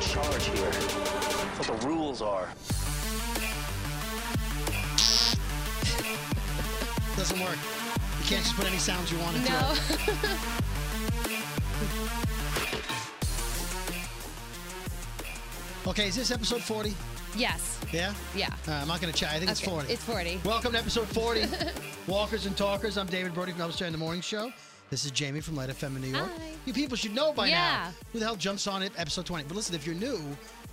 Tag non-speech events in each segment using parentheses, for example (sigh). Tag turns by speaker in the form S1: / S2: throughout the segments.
S1: charge here. That's what the rules are.
S2: Doesn't work. You can't just put any sounds you want into
S3: No.
S2: it. Okay, is this episode 40?
S3: (laughs) yes.
S2: Yeah?
S3: Yeah.
S2: Uh, I'm not going to chat. I think it's
S3: Okay,
S2: 40.
S3: It's 40.
S2: Welcome to episode
S3: (laughs)
S2: 40, Walkers and Talkers. I'm David Brody from Upstairs in the Morning Show. This is Jamie from Light FM in New York.
S3: Hi.
S2: You people should know by now
S3: Yeah.
S2: who the hell jumps on at episode 20. But listen, if you're new,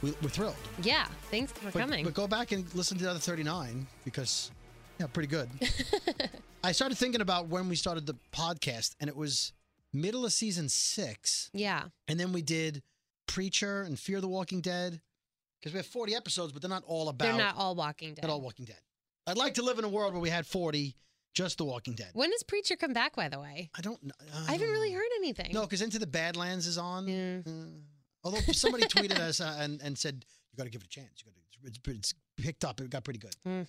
S2: we, we're thrilled.
S3: Yeah. Thanks for
S2: But,
S3: coming.
S2: but go back and listen to the other 39 because, yeah, pretty
S3: (laughs)
S2: good. I started thinking about when we started the podcast, and it was middle of season six.
S3: yeah.
S2: And then we did Preacher and Fear the Walking Dead because we have 40 episodes, but they're not all about
S3: They're not all Walking Dead.
S2: at all Walking Dead. I'd like to live in a world where we had 40 just The Walking Dead.
S3: When does Preacher come back, by the way?
S2: I don't know.
S3: I haven't really heard anything.
S2: No, because Into the Badlands is on.
S3: Yeah.
S2: Uh, although somebody tweeted us uh, and, and said, you got to give it a chance. You gotta, it's, it's picked up. It got pretty good.
S3: Mm.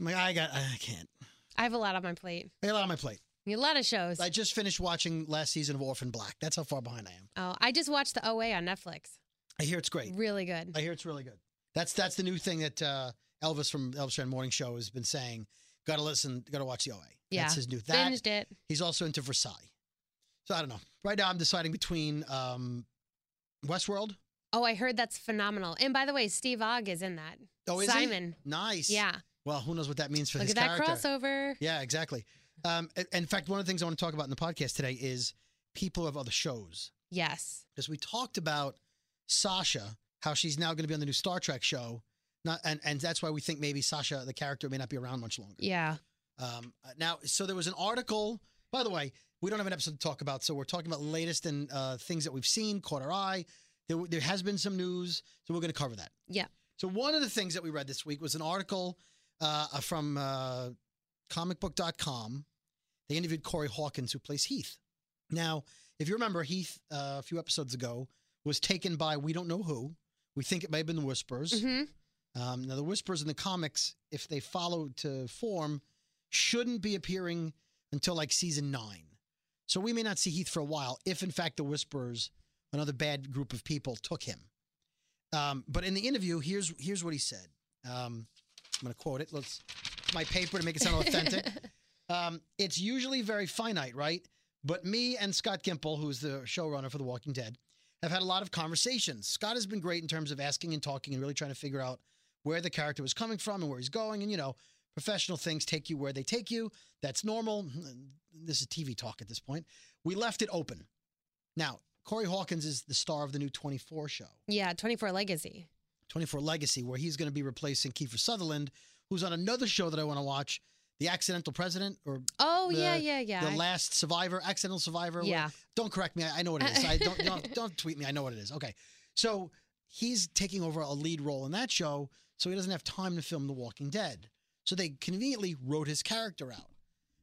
S2: I'm like, I, got, I can't.
S3: I have a lot on my plate.
S2: I got a lot on my plate.
S3: A lot of shows.
S2: I just finished watching last season of Orphan Black. That's how far behind I am.
S3: oh, I just watched the OA on Netflix.
S2: I hear it's great.
S3: Really good.
S2: I hear it's really good. That's that's the new thing that uh, Elvis from Elvis Duran Morning Show has been saying. Got to listen. Got to watch the OA.
S3: Yeah.
S2: that's his new. That
S3: Binged it.
S2: he's also into Versailles. So I don't know. Right now, I'm deciding between um, Westworld.
S3: Oh, I heard that's phenomenal. And by the way, Steve Ogg is in that.
S2: Oh, is he?
S3: Simon.
S2: Nice.
S3: Yeah.
S2: Well, who knows what that means for
S3: Look
S2: his
S3: at that
S2: character?
S3: crossover.
S2: Yeah, exactly. Um, a- in fact, one of the things I want to talk about in the podcast today is people of other shows
S3: Yes.
S2: because we talked about Sasha, how she's now going to be on the new Star Trek show. Not, and, and that's why we think maybe Sasha, the character, may not be around much longer.
S3: Yeah.
S2: Um, uh, now, so there was an article. By the way, we don't have an episode to talk about, so we're talking about latest and uh, things that we've seen, caught our eye. There, there has been some news, so we're going to cover that.
S3: Yeah.
S2: So one of the things that we read this week was an article uh, uh, from uh, comicbook.com. They interviewed Corey Hawkins, who plays Heath. Now, if you remember, Heath uh, a few episodes ago was taken by we don't know who. We think it may have been the Whispers.
S3: hmm
S2: Um, now, the Whispers in the comics, if they follow to form, shouldn't be appearing until like season nine. So we may not see Heath for a while if, in fact, the Whispers, another bad group of people, took him. Um, but in the interview, here's here's what he said. Um, I'm going to quote it. Let's my paper to make it sound authentic. um, it's usually very finite, right? But me and Scott Gimple, who's the showrunner for The Walking Dead, have had a lot of conversations. Scott has been great in terms of asking and talking and really trying to figure out where the character was coming from and where he's going. And, you know, professional things take you where they take you. That's normal. (laughs) This is TV talk at this point. We left it open. Now, Corey Hawkins is the star of the new 24 show,
S3: Yeah. 24 Legacy.
S2: 24 Legacy, where he's going to be replacing Kiefer Sutherland, who's on another show that I want to watch, The Accidental President or
S3: Oh,
S2: The-
S3: yeah, yeah, yeah.
S2: The Last Survivor, Accidental Survivor. what-
S3: yeah.
S2: Don't correct me. I, I know what it is. I don't, don't don't tweet me. I know what it is. Okay. So he's taking over a lead role in that show, so he doesn't have time to film The Walking Dead. So they conveniently wrote his character out.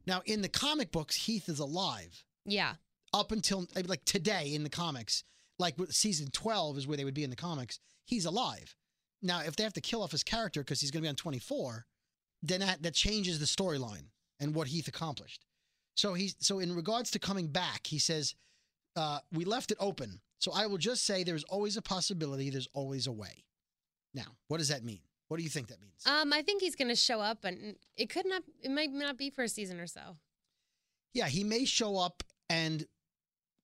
S2: Now in the comic books, Heath is alive
S3: Yeah.
S2: up until I mean, like today in the comics. Like with season twelve is where they would be in the comics. He's alive. Now if they have to kill off his character because he's going to be on twenty four, then that that changes the storyline and what Heath accomplished. So he so in regards to coming back, he says, uh, "We left it open." So I will just say, there's always a possibility. There's always a way. Now, what does that mean? What do you think that means?
S3: Um, I think he's going to show up, and it could not. It might not be for a season or so.
S2: yeah, he may show up, and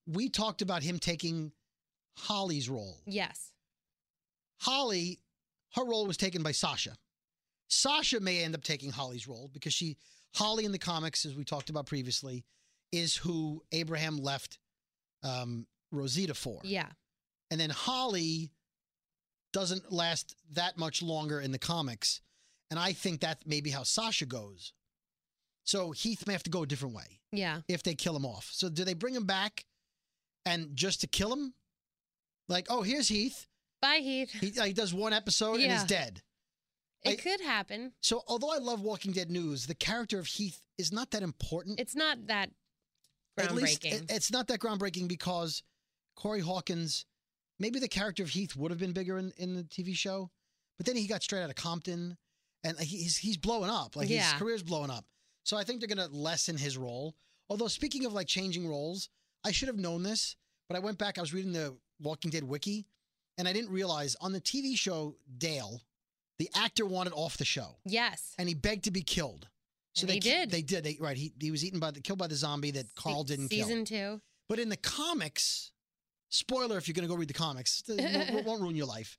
S2: we talked about him taking Holly's role.
S3: Yes.
S2: Holly, her role was taken by Sasha. Sasha may end up taking Holly's role because she, Holly in the comics, as we talked about previously, is who Abraham left um, Rosita for.
S3: Yeah.
S2: And then Holly doesn't last that much longer in the comics. And I think that may be how Sasha goes. So Heath may have to go a different way
S3: Yeah.
S2: if they kill him off. So do they bring him back and just to kill him? Like, oh, here's Heath.
S3: Bye, Heath.
S2: He, he does one episode and
S3: Yeah.
S2: is dead.
S3: It
S2: I-
S3: could happen.
S2: So, although I love Walking Dead news, the character of Heath is not that important.
S3: It's not that groundbreaking.
S2: At least it- it's not that groundbreaking because Corey Hawkins, maybe the character of Heath would have been bigger in, in the TV show, but then he got straight out of Compton and he's, he's blowing up. Like
S3: Yeah.
S2: his career's blowing up. So, I think they're going to lessen his role. Although, speaking of like changing roles, I should have known this, but I went back, I was reading the Walking Dead wiki, and I didn't realize on the TV show Dale, the actor wanted off the show,
S3: Yes.
S2: and he begged to be killed.
S3: And
S2: they
S3: he
S2: ki-
S3: did.
S2: They did. They, right. He, he was eaten by the killed by the zombie that Carl
S3: Se-
S2: didn't kill.
S3: Season two.
S2: But in the comics, spoiler if you're going to go read the comics, it won't- won't ruin your life.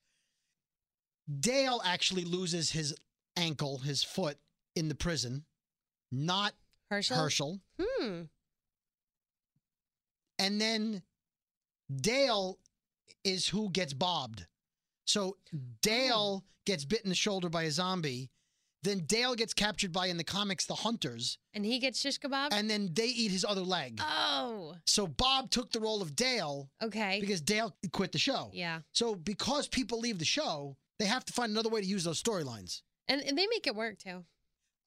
S2: Dale actually loses his ankle, his foot in the prison, not
S3: Herschel.
S2: Herschel.
S3: Hmm.
S2: And then Dale is who gets bobbed. So
S3: Oh.
S2: Dale gets bit in the shoulder by a zombie. Then Dale gets captured by, in the comics, the hunters.
S3: And he gets shish kebab.
S2: And then they eat his other leg.
S3: oh.
S2: So Bob took the role of Dale
S3: Okay.
S2: because Dale quit the show.
S3: yeah.
S2: So because people leave the show, they have to find another way to use those storylines.
S3: And, and they make it work too.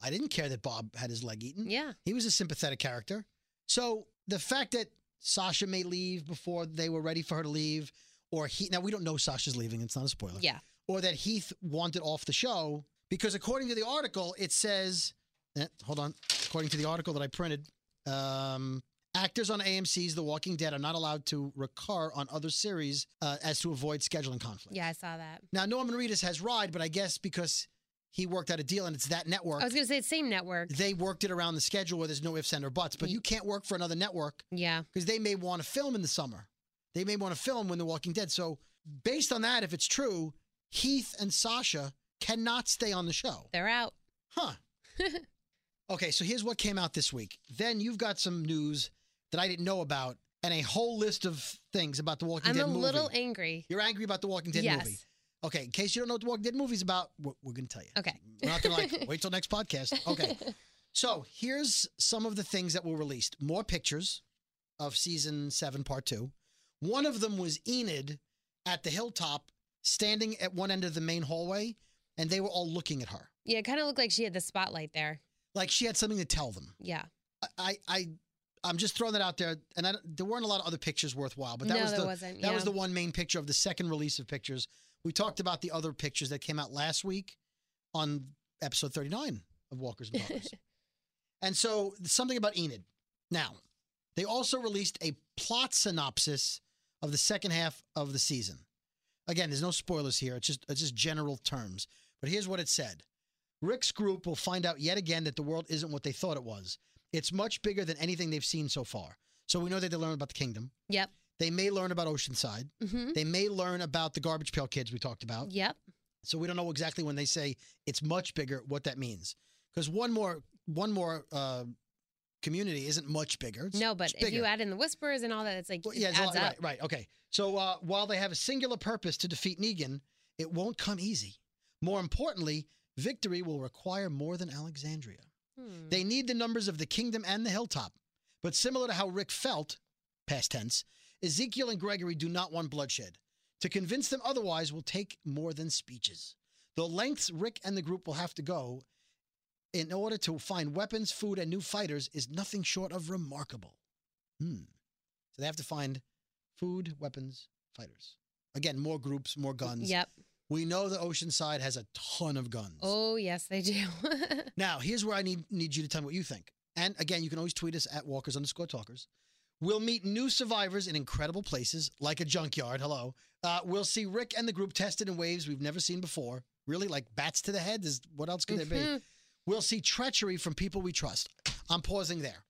S2: I didn't care that Bob had his leg eaten.
S3: Yeah.
S2: He was a sympathetic character. So the fact that Sasha may leave before they were ready for her to leave, or he now we don't know Sasha's leaving, it's not a spoiler.
S3: Yeah.
S2: Or that Heath wanted off the show, because according to the article, it says eh, hold on. According to the article that I printed, um, actors on AMC's The Walking Dead are not allowed to recur on other series uh, as to avoid scheduling conflict.
S3: Yeah. I saw that.
S2: Now Norman Reedus has Ride, but I guess because he worked out a deal and it's that network,
S3: I was going to say the same network.
S2: they worked it around the schedule where there's no ifs and or buts. But
S3: Ye-
S2: you can't work for another network
S3: Yeah.
S2: because they may want to film in the summer. They may want to film when The Walking Dead. So based on that, if it's true, Heath and Sasha cannot stay on the show.
S3: They're out. (laughs)
S2: Huh. okay, so here's what came out this week. Then you've got some news that I didn't know about and a whole list of things about The Walking
S3: I'm
S2: Dead
S3: a
S2: movie.
S3: little angry.
S2: You're angry about The Walking Dead
S3: yes.
S2: movie. Okay, in case you don't know what The Walking Dead movie's about, we're, we're going to tell you.
S3: Okay.
S2: We're not going
S3: (laughs)
S2: to like, wait till next podcast. Okay. So here's some of the things that were released more pictures of season seven, part two. One of them was Enid at the hilltop, standing at one end of the main hallway, and they were all looking at her.
S3: Yeah. It kind of looked like she had the spotlight there.
S2: Like she had something to tell them.
S3: Yeah.
S2: I, I, I I'm just throwing that out there, and I, don't- there weren't a lot of other pictures worthwhile, but that
S3: no,
S2: was
S3: there
S2: the
S3: wasn't.
S2: that
S3: yeah.
S2: was the one main picture of the second release of pictures. We talked about the other pictures that came out last week on episode 39 of Walkers and Butlers. and so something about Enid. Now, they also released a plot synopsis of the second half of the season. Again, there's no spoilers here. It's just it's just general terms. But here's what it said. Rick's group will find out yet again that the world isn't what they thought it was. It's much bigger than anything they've seen so far. So we know that they learn about the kingdom.
S3: Yep.
S2: They may learn about Oceanside.
S3: hmm
S2: They may learn about the garbage pail kids we talked about.
S3: Yep.
S2: So we don't know exactly when they say it's much bigger what that means. Because one more one more uh, community isn't much bigger. It's-
S3: No, but
S2: it's
S3: if you
S2: bigger.
S3: add in the whispers and all that, it's like
S2: Well,
S3: it
S2: yeah, it's a lot-
S3: adds up.
S2: right, right, okay. So uh, while they have a singular purpose to defeat Negan, it won't come easy. More importantly, victory will require more than Alexandria.
S3: Hmm.
S2: They need the numbers of the kingdom and the hilltop. But similar to how Rick felt, past tense, Ezekiel and Gregory do not want bloodshed. To convince them otherwise will take more than speeches. The lengths Rick and the group will have to go in order to find weapons, food, and new fighters is nothing short of remarkable. Hmm. So they have to find food, weapons, fighters. Again, more groups, more guns.
S3: Yep.
S2: We know the Oceanside has a ton of guns.
S3: Oh yes, they do. (laughs)
S2: Now, here's where I need need you to tell me what you think. And again, you can always tweet us at walkers underscore talkers. We'll meet new survivors in incredible places, like a junkyard. Hello. Uh, we'll see Rick and the group tested in ways we've never seen before. Really, like bats to the head. Is what else could there be?
S3: Mhm.
S2: We'll see treachery from people we trust. I'm pausing there.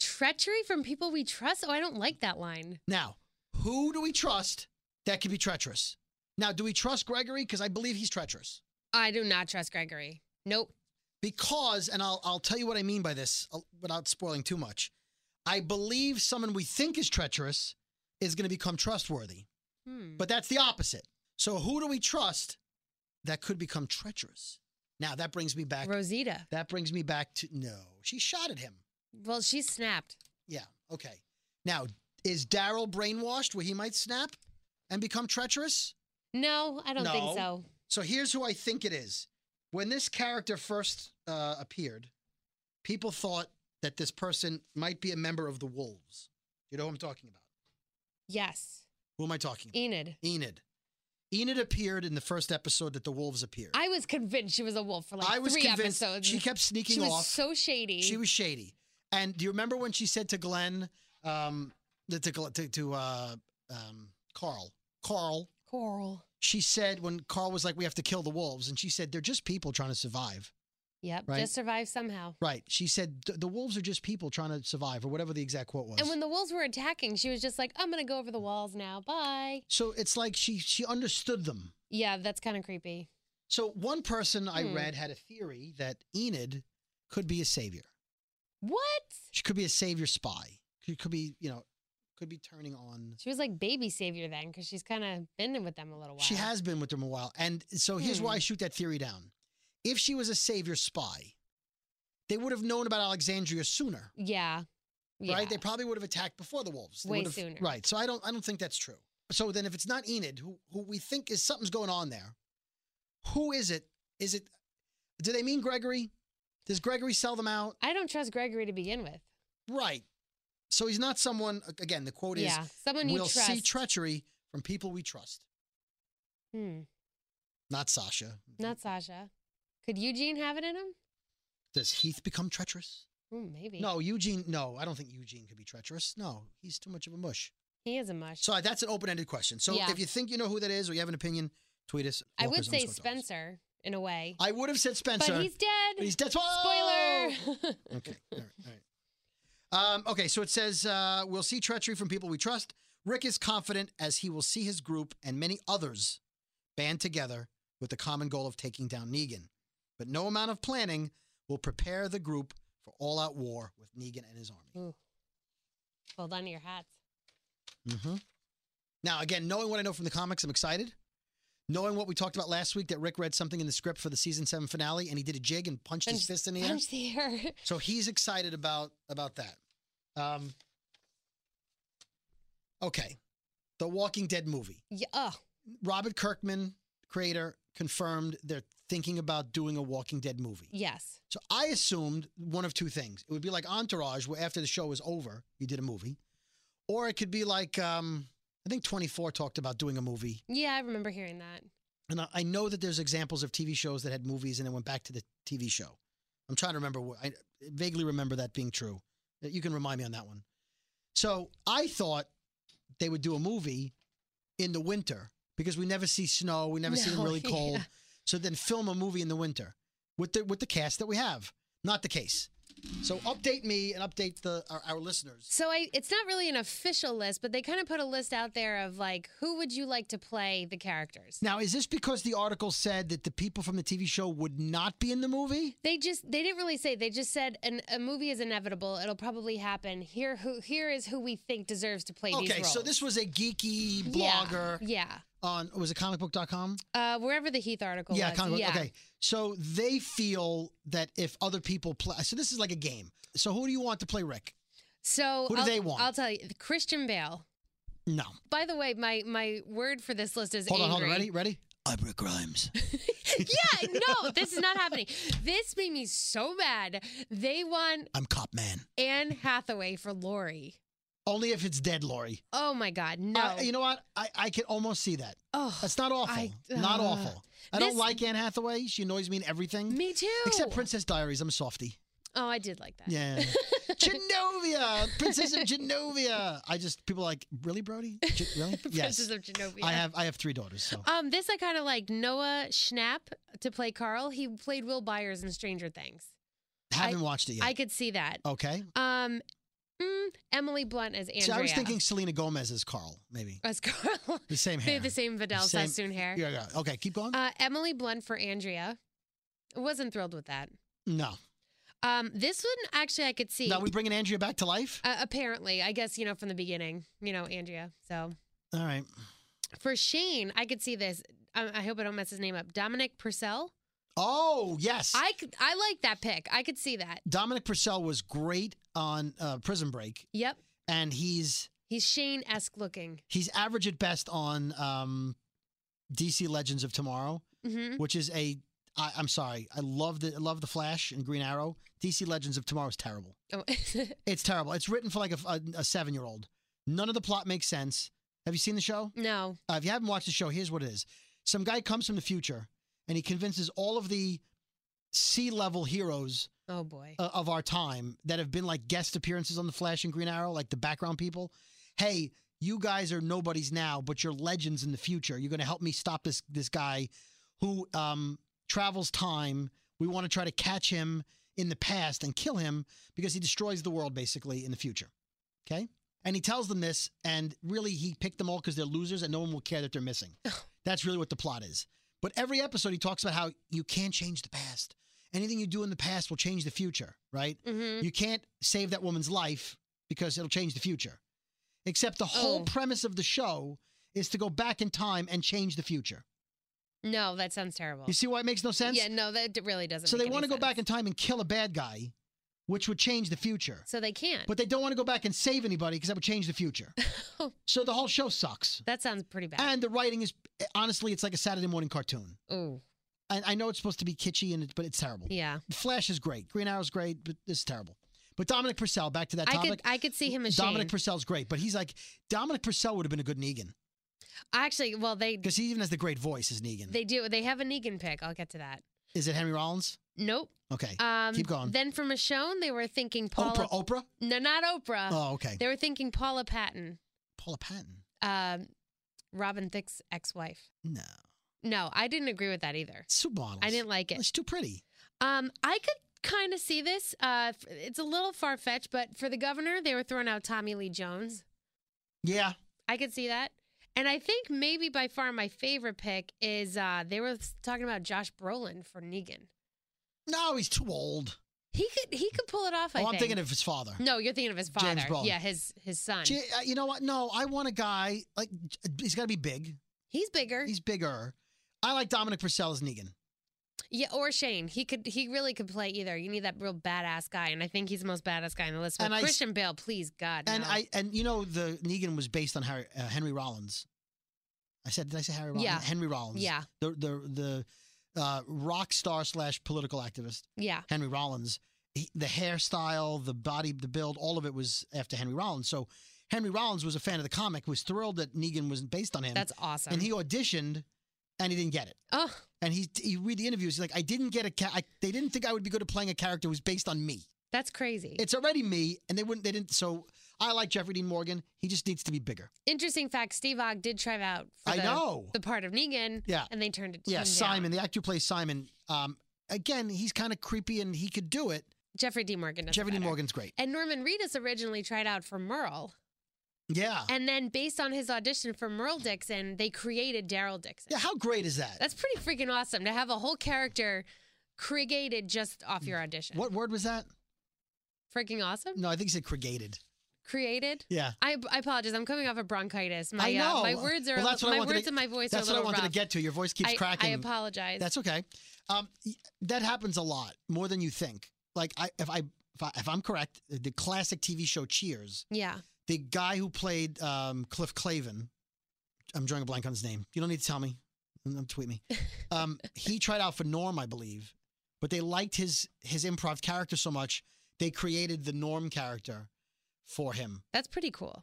S3: Treachery from people we trust. Oh, I don't like that line.
S2: Now, who do we trust that could be treacherous? Now, do we trust Gregory? Because I believe he's treacherous.
S3: I do not trust Gregory. Nope.
S2: because and I'll I'll tell you what I mean by this uh, without spoiling too much. I believe someone we think is treacherous is going to become trustworthy,
S3: Hmm.
S2: but that's the opposite. So who do we trust that could become treacherous? Now that brings me back.
S3: Rosita.
S2: That brings me back to no. She shot at him.
S3: Well, she snapped.
S2: Yeah. Okay. Now is Daryl brainwashed where he might snap and become treacherous?
S3: No, I don't think
S2: No.
S3: so.
S2: So here's who I think it is. When this character first uh, appeared, people thought that this person might be a member of the Wolves. You know who I'm talking about?
S3: Yes.
S2: Who am I talking about?
S3: Enid.
S2: Enid. Enid appeared in the first episode that the Wolves appeared.
S3: I was convinced she was a wolf for like
S2: I was
S3: three
S2: convinced
S3: episodes.
S2: she kept sneaking
S3: She was
S2: off.
S3: so shady.
S2: she was shady. And do you remember when she said to Glenn, um, to to, to uh, um, Carl, Carl,
S3: Coral.
S2: she said when Carl was like, "We have to kill the wolves," and she said, "They're just people trying to survive."
S3: Yep.
S2: Right.
S3: Just survive somehow.
S2: Right? She said, "The- "The wolves are just people trying to survive," or whatever the exact quote was.
S3: And when the wolves were attacking, she was just like, I'm going to go over the walls now. Bye.
S2: so it's like she she understood them.
S3: Yeah, that's kind of creepy.
S2: So one person I
S3: Hmm.
S2: read had a theory that Enid could be a savior.
S3: What?
S2: She could be a savior spy. She could be, you know, could be turning on.
S3: She was like baby savior then because she's kind of been with them a little while.
S2: She has been with them a while. And so here's why I
S3: Hmm.
S2: shoot that theory down. If she was a savior spy, they would have known about Alexandria sooner,
S3: Yeah. Yeah.
S2: right? They probably would have attacked before the wolves. They
S3: Way
S2: would have-
S3: sooner.
S2: Right. So I don't I don't think that's true. So then if it's not Enid, who who we think is something's going on there, who is it? Is it do they mean Gregory? Does Gregory sell them out?
S3: I don't trust Gregory to begin with.
S2: Right. So he's not someone again, the quote is
S3: yeah. Someone you
S2: we'll
S3: trust.
S2: see treachery from people we trust.
S3: hmm.
S2: Not Sasha.
S3: Not Sasha. Could Eugene have it in him?
S2: Does Heath become treacherous?
S3: Ooh, maybe.
S2: No, Eugene. No, I don't think Eugene could be treacherous. No, he's too much of a mush.
S3: He is a mush.
S2: So that's an open-ended question. So
S3: Yeah.
S2: if you think you know who that is or you have an opinion, tweet us.
S3: I would
S2: Walkers
S3: say
S2: underscore dogs.
S3: Spencer in a way.
S2: I would have said Spencer.
S3: But he's dead.
S2: but he's dead. Whoa!
S3: Spoiler.
S2: Okay. All right. All right. Um, okay. So it says uh, we'll see treachery from people we trust. Rick is confident as he will see his group and many others band together with the common goal of taking down Negan. But no amount of planning will prepare the group for all-out war with Negan and his army.
S3: (laughs) Ooh. Hold on to your hats.
S2: Mm-hmm. Now, again, knowing what I know from the comics, I'm excited. Knowing what we talked about last week, that Rick read something in the script for the season seven finale, and he did a jig and punched his
S3: Punch-
S2: fist in the air.
S3: Punch the air. (laughs)
S2: So he's excited about about that. Um, okay, the Walking Dead movie.
S3: Yeah. Oh,
S2: Robert Kirkman, creator, confirmed they're thinking about doing a Walking Dead movie.
S3: yes.
S2: So I assumed one of two things. It would be like Entourage, where after the show was over, you did a movie, or it could be like um, I think 24 talked about doing a movie,
S3: Yeah, I remember hearing that.
S2: and I, I know that there's examples of TV shows that had movies and then went back to the TV show. I'm trying to remember. What, I vaguely remember that being true. Uh, You can remind me on that one. So I thought they would do a movie in the winter because we never see snow, we never see them
S3: No, (laughs)
S2: really
S3: yeah.
S2: cold. So then film a movie in the winter with the with the cast that we have. Not the case. So update me and update the our, our listeners.
S3: So I, it's not really an official list, but they kind of put a list out there of like who would you like to play the characters.
S2: Now, is this because the article said that the people from the TV show would not be in the movie?
S3: They just they didn't really say. They just said an, a movie is inevitable. It'll probably happen. Here who here is who we think deserves to play these
S2: Okay,
S3: roles.
S2: so this was a geeky
S3: Yeah,
S2: blogger
S3: Yeah.
S2: on was it comicbook.com?
S3: Uh, wherever the Heath article
S2: Yeah,
S3: was.
S2: comic book.
S3: yeah.
S2: Okay. So they feel that if other people play, so this is like a game. So who do you want to play Rick?
S3: So
S2: Who do
S3: I'll-
S2: they want?
S3: I'll tell you, Christian Bale.
S2: No.
S3: By the way, my my word for this list is
S2: Hold on, hold
S3: angry.
S2: on. Ready? Ready? I'm Rick Grimes.
S3: (laughs) yeah, no,
S2: (laughs)
S3: this is not happening. This made me so mad. They want
S2: I'm Cop Man.
S3: Anne Hathaway for Lori.
S2: Only if it's dead, Lori.
S3: Oh my God, no.
S2: I- you know what? I, I can almost see that.
S3: oh,
S2: That's not awful.
S3: I-
S2: not
S3: uh,
S2: awful. I don't
S3: this-
S2: like Anne Hathaway. She annoys me in everything.
S3: me too.
S2: Except Princess Diaries. I'm a softy.
S3: Oh, I did like that.
S2: Yeah. (laughs) Genovia. Princess of Genovia. I just, people are like, really, Brody? Ge- really?
S3: (laughs) (laughs) Princess
S2: yes.
S3: of Genovia.
S2: I have I have three daughters. So.
S3: Um, this I kind of like Noah Schnapp to play Carl. He played Will Byers in Stranger Things.
S2: Haven't watched it yet.
S3: I could see that.
S2: okay.
S3: Um, mm, Emily Blunt as Andrea.
S2: See, I was thinking Selena Gomez is Carl, maybe.
S3: (laughs) as Carl.
S2: The same
S3: they
S2: hair.
S3: have the same Vidal
S2: Same-
S3: Sassoon hair.
S2: Yeah, yeah. Okay, keep going.
S3: Uh, Emily Blunt for Andrea. Wasn't thrilled with that.
S2: no.
S3: Um, this one actually I could see.
S2: Now we bringing Andrea back to life?
S3: uh, apparently, I guess you know from the beginning, you know Andrea. So
S2: All right.
S3: for Shane, I could see this. I, I hope I don't mess his name up. Dominic Purcell.
S2: Oh, yes.
S3: I could, I like that pick. I could see that.
S2: Dominic Purcell was great on uh, Prison Break,
S3: Yep,
S2: and he's
S3: he's Shane esque looking.
S2: he's average at best on um, DC Legends of Tomorrow,
S3: hmm
S2: which is a I, I'm sorry, I love the I love the Flash and Green Arrow. DC Legends of Tomorrow is terrible.
S3: Oh, (laughs)
S2: It's terrible. It's written for like a, a, a seven year old. None of the plot makes sense. Have you seen the show?
S3: no.
S2: Uh, if you haven't watched the show, here's what it is: some guy comes from the future and he convinces all of the C-level heroes
S3: Oh boy.
S2: uh, of our time that have been like guest appearances on the Flash and Green Arrow, like the background people. Hey, you guys are nobodies now, but you're legends in the future. You're going to help me stop this this guy who um, travels time. We want to try to catch him in the past and kill him because he destroys the world basically in the future. Okay? And he tells them this, and really he picked them all because they're losers and no one will care that they're missing. That's really what the plot is. But every episode he talks about how you can't change the past. Anything you do in the past will change the future, right?
S3: Mm-hmm.
S2: You can't save that woman's life because it'll change the future. Except the whole
S3: Oh.
S2: premise of the show is to go back in time and change the future.
S3: No, that sounds terrible.
S2: You see why it makes no sense?
S3: Oh. Yeah, no, that d- really doesn't.
S2: so they
S3: want
S2: want to go back in time and kill a bad guy, which would change the future.
S3: So they can't.
S2: But they don't want to go back and save anybody because that would change the
S3: (laughs)
S2: future.
S3: Oh.
S2: so the whole show sucks.
S3: that sounds pretty bad.
S2: And the writing is honestly, it's like a Saturday morning cartoon.
S3: Oh,
S2: And I know it's supposed to be kitschy, and it, but it's terrible.
S3: yeah.
S2: Flash is great. Green Arrow's great, but this is terrible. But Dominic Purcell, back to that
S3: I
S2: topic.
S3: could I could see him as
S2: Dominic
S3: Dominic.
S2: Purcell's great, but he's like Dominic Purcell would have been a good Negan
S3: Actually, well they
S2: because he even has the great voice as Negan.
S3: they do they have a Negan pick. I'll get to that.
S2: is it Henry Rollins?
S3: Nope.
S2: Okay,
S3: Um,
S2: Keep going.
S3: Then for Michonne, they were thinking Paula. Uh,
S2: Oprah. Oprah.
S3: No, not Oprah.
S2: Oh, okay.
S3: They were thinking Paula Patton,
S2: Paula Patton.
S3: um, Robin Thicke's ex-wife.
S2: No,
S3: No, I didn't agree with that either.
S2: supermodels.
S3: I didn't like it.
S2: It's too pretty.
S3: Um, I could kind of see this. Uh, f- it's a little far fetched, but for the governor, they were throwing out Tommy Lee Jones.
S2: Yeah,
S3: I could see that. And I think maybe by far my favorite pick is uh, they were s- talking about Josh Brolin for Negan.
S2: no, he's too old.
S3: He could he could pull it off. I
S2: oh, I'm
S3: think.
S2: thinking of his father.
S3: No, you're thinking of his father.
S2: James Brolin.
S3: Yeah, his his son.
S2: Gee, uh, you know what? No, I want a guy like he's got to be big.
S3: He's bigger.
S2: He's bigger. I like Dominic Purcell as Negan.
S3: Yeah, or Shane. He could. He really could play either. You need that real badass guy, and I think he's the most badass guy on the list. But
S2: And I s-
S3: Christian Bale, please God.
S2: And
S3: no.
S2: I and you know the Negan was based on Harry, uh, Henry Rollins. I said, did I say Harry Rollins?
S3: Yeah.
S2: Henry Rollins.
S3: Yeah,
S2: the the the uh, rock star slash political activist
S3: yeah.
S2: Henry Rollins. He, the hairstyle, the body, the build, all of it was after Henry Rollins. So Henry Rollins was a fan of the comic, was thrilled that Negan was based on him,
S3: That's awesome.
S2: and he auditioned, and he didn't get it.
S3: oh,
S2: And he he read the interviews. He's like, I didn't get a. Ca- I, they didn't think I would be good at playing a character who's based on me.
S3: that's crazy.
S2: It's already me, and they wouldn't. They didn't. So I like Jeffrey Dean Morgan. He just needs to be bigger.
S3: Interesting fact: Steve Ogg did try out. For
S2: I
S3: the,
S2: know.
S3: the part of Negan.
S2: Yeah.
S3: and they turned it.
S2: Yeah,
S3: him down.
S2: Simon, the actor who plays Simon. Um, again, he's kind of creepy, and he could do it.
S3: Jeffrey D. Morgan. does it
S2: Jeffrey Dean
S3: better.
S2: Morgan's great.
S3: And Norman Reedus originally tried out for Merle,
S2: Yeah.
S3: and then based on his audition for Merle Dixon, they created Daryl Dixon.
S2: Yeah, how great is that?
S3: That's pretty freaking awesome to have a whole character created just off your audition.
S2: What word was that?
S3: Freaking awesome.
S2: No, I think he said cregated.
S3: created.
S2: Yeah.
S3: I, I apologize. I'm coming off of bronchitis. My,
S2: I know.
S3: Uh, my words are
S2: Well, that's what I
S3: my
S2: wanted to-
S3: words and my voice
S2: That's
S3: are
S2: what I
S3: a little
S2: wanted to
S3: rough.
S2: get to. Your voice keeps
S3: I,
S2: cracking.
S3: I apologize.
S2: That's okay. Um, y- that happens a lot, more than you think. Like I, if I, if, I, if I'm correct, the classic TV show Cheers,
S3: yeah.
S2: the guy who played um, Cliff Clavin, I'm drawing a blank on his name. You don't need to tell me. Um, um, Tweet
S3: (laughs)
S2: me. Um, he tried out for Norm, I believe, but they liked his his improv character so much they created the Norm character for him.
S3: That's pretty cool.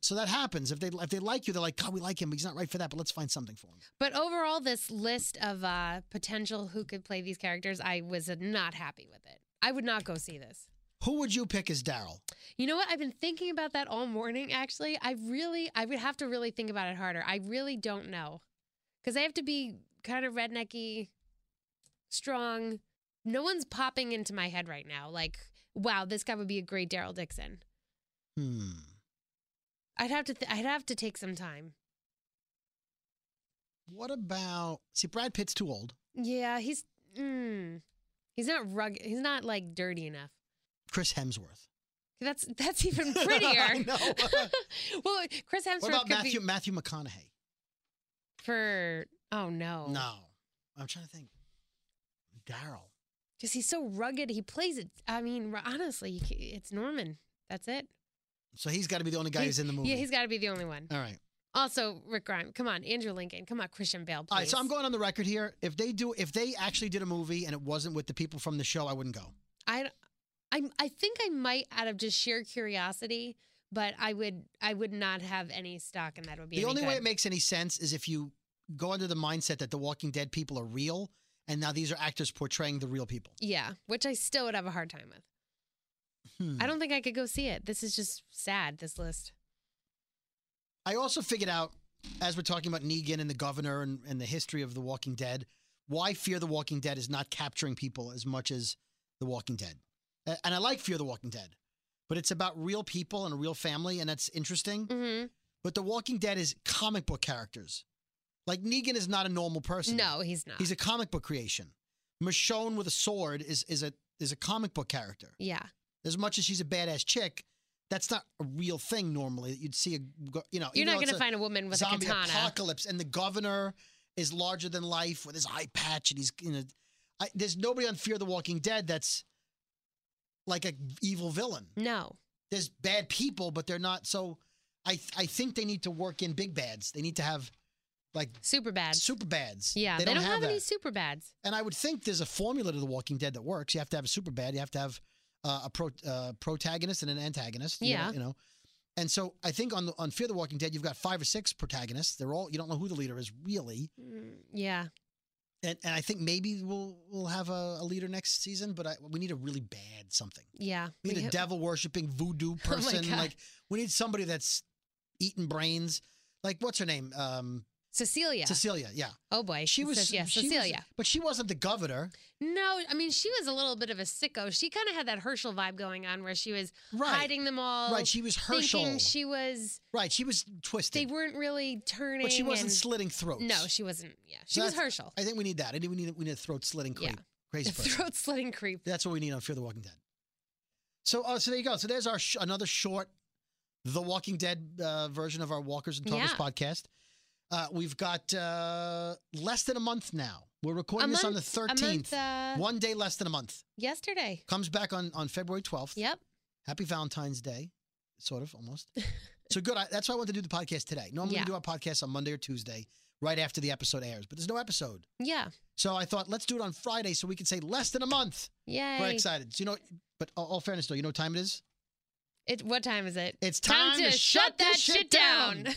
S2: So that happens. If they if they like you, they're like, God, we like him. He's not right for that, but let's find something for him.
S3: But overall, this list of uh, potential who could play these characters, I was not happy with it. I would not go see this.
S2: Who would you pick as Daryl?
S3: You know what? I've been thinking about that all morning. Actually, I really, I would have to really think about it harder. I really don't know, because I have to be kind of rednecky, strong. No one's popping into my head right now. Like, wow, this guy would be a great Daryl Dixon.
S2: Hmm.
S3: I'd have to, th- I'd have to take some time.
S2: What about see Brad Pitt's too old.
S3: Yeah, he's, mm, he's not rugged. He's not like dirty enough.
S2: Chris Hemsworth.
S3: That's that's even
S2: (laughs) I
S3: prettier.
S2: know.
S3: (laughs) well, Chris Hemsworth
S2: what about
S3: could
S2: Matthew
S3: be
S2: Matthew McConaughey?
S3: for. Oh no,
S2: No. I'm trying to think. Daryl.
S3: Because he's so rugged. He plays it. I mean, r- honestly, you ca- it's Norman. That's it.
S2: So he's got to be the only guy who's in the movie.
S3: Yeah, he's got to be the only one.
S2: All right.
S3: Also, Rick Grimes. Come on, Andrew Lincoln. Come on, Christian Bale. Please.
S2: All right. So I'm going on the record here. If they do, if they actually did a movie and it wasn't with the people from the show, I wouldn't go.
S3: I, I, I think I might out of just sheer curiosity, but I would, I would not have any stock in that. It Would be
S2: the
S3: any
S2: only way it
S3: good.
S2: makes any sense is if you go under the mindset that the Walking Dead people are real, and now these are actors portraying the real people.
S3: yeah, which I still would have a hard time with.
S2: Hmm.
S3: I don't think I could go see it. This is just sad. This list.
S2: I also figured out, as we're talking about Negan and the governor and, and the history of The Walking Dead, why Fear the Walking Dead is not capturing people as much as The Walking Dead. A- And I like Fear the Walking Dead, but it's about real people and a real family, and that's interesting.
S3: Mm-hmm.
S2: But The Walking Dead is comic book characters. Like Negan is not a normal person.
S3: No, he's not.
S2: He's a comic book creation. Michonne with a sword is is a is a comic book character.
S3: yeah.
S2: As much as she's a badass chick, that's not a real thing normally that you'd see a go- you know.
S3: You're
S2: even
S3: not
S2: though
S3: going
S2: it's
S3: to find a woman with a
S2: zombie
S3: katana.
S2: apocalypse, and the governor is larger than life with his eye patch, and he's you know, I, there's nobody on Fear the Walking Dead that's like a evil villain.
S3: No.
S2: There's bad people, but they're not. So I th- I think they need to work in big bads. They need to have like
S3: Super bad.
S2: super bads.
S3: yeah. They, don't, have,
S2: that.
S3: any super bads.
S2: And I would think there's a formula to The Walking Dead that works. You have to have a super bad. You have to have uh, a pro, uh, protagonist and an antagonist. you
S3: Yeah.
S2: know- You know, and so I think on the, on Fear the Walking Dead, you've got five or six protagonists. They're all you don't know who the leader is really.
S3: Mm, Yeah.
S2: And and I think maybe we'll we'll have a, a leader next season, but I, we need a really bad something.
S3: Yeah.
S2: We need
S3: We
S2: a
S3: ha-
S2: devil worshipping
S3: (laughs)
S2: voodoo person.
S3: Oh God.
S2: like we need somebody that's eating brains. Like what's her name? Um,
S3: Cecilia.
S2: Cecilia. Yeah,
S3: oh boy.
S2: she
S3: It
S2: was.
S3: says, yeah,
S2: she was-
S3: Cecilia.
S2: but she wasn't the governor,
S3: No, I mean she was a little bit of a sicko. She kind of had that Herschel vibe going on, where she was
S2: right?
S3: hiding them all,
S2: Right, she was Herschel.
S3: thinking she was.
S2: right, she was
S3: They
S2: twisted,
S3: weren't really turning.
S2: but she wasn't
S3: and-
S2: slitting throats.
S3: No, she wasn't. Yeah, she
S2: So
S3: was
S2: that's-
S3: Herschel.
S2: I think we need that. I think we need we need a throat slitting creep,
S3: Yeah.
S2: crazy person.
S3: (laughs) Throat slitting creep.
S2: That's what we need on Fear the Walking Dead. So, oh, so there you go. So there's our sh- another short, The Walking Dead uh, version of our Walkers and Talkers
S3: Yeah. podcast.
S2: Uh, we've got uh, less than a month now. We're recording
S3: A
S2: this on the
S3: month- a
S2: 13th.
S3: month, uh,
S2: One day less than a month.
S3: yesterday.
S2: Comes back on on February 12th.
S3: Yep.
S2: Happy Valentine's Day, sort of
S3: (laughs)
S2: almost. so good. I, that's why I wanted to do the podcast today. Normally
S3: Yeah.
S2: we do our podcast on Monday or Tuesday, right after the episode airs, but there's no episode.
S3: Yeah.
S2: So I thought let's do it on Friday so we can say less than a month.
S3: Yay.
S2: Very excited. So you know, but all, all fairness though, you know what time it is?
S3: It, what time is it?
S2: It's time, to, shut, that shit down.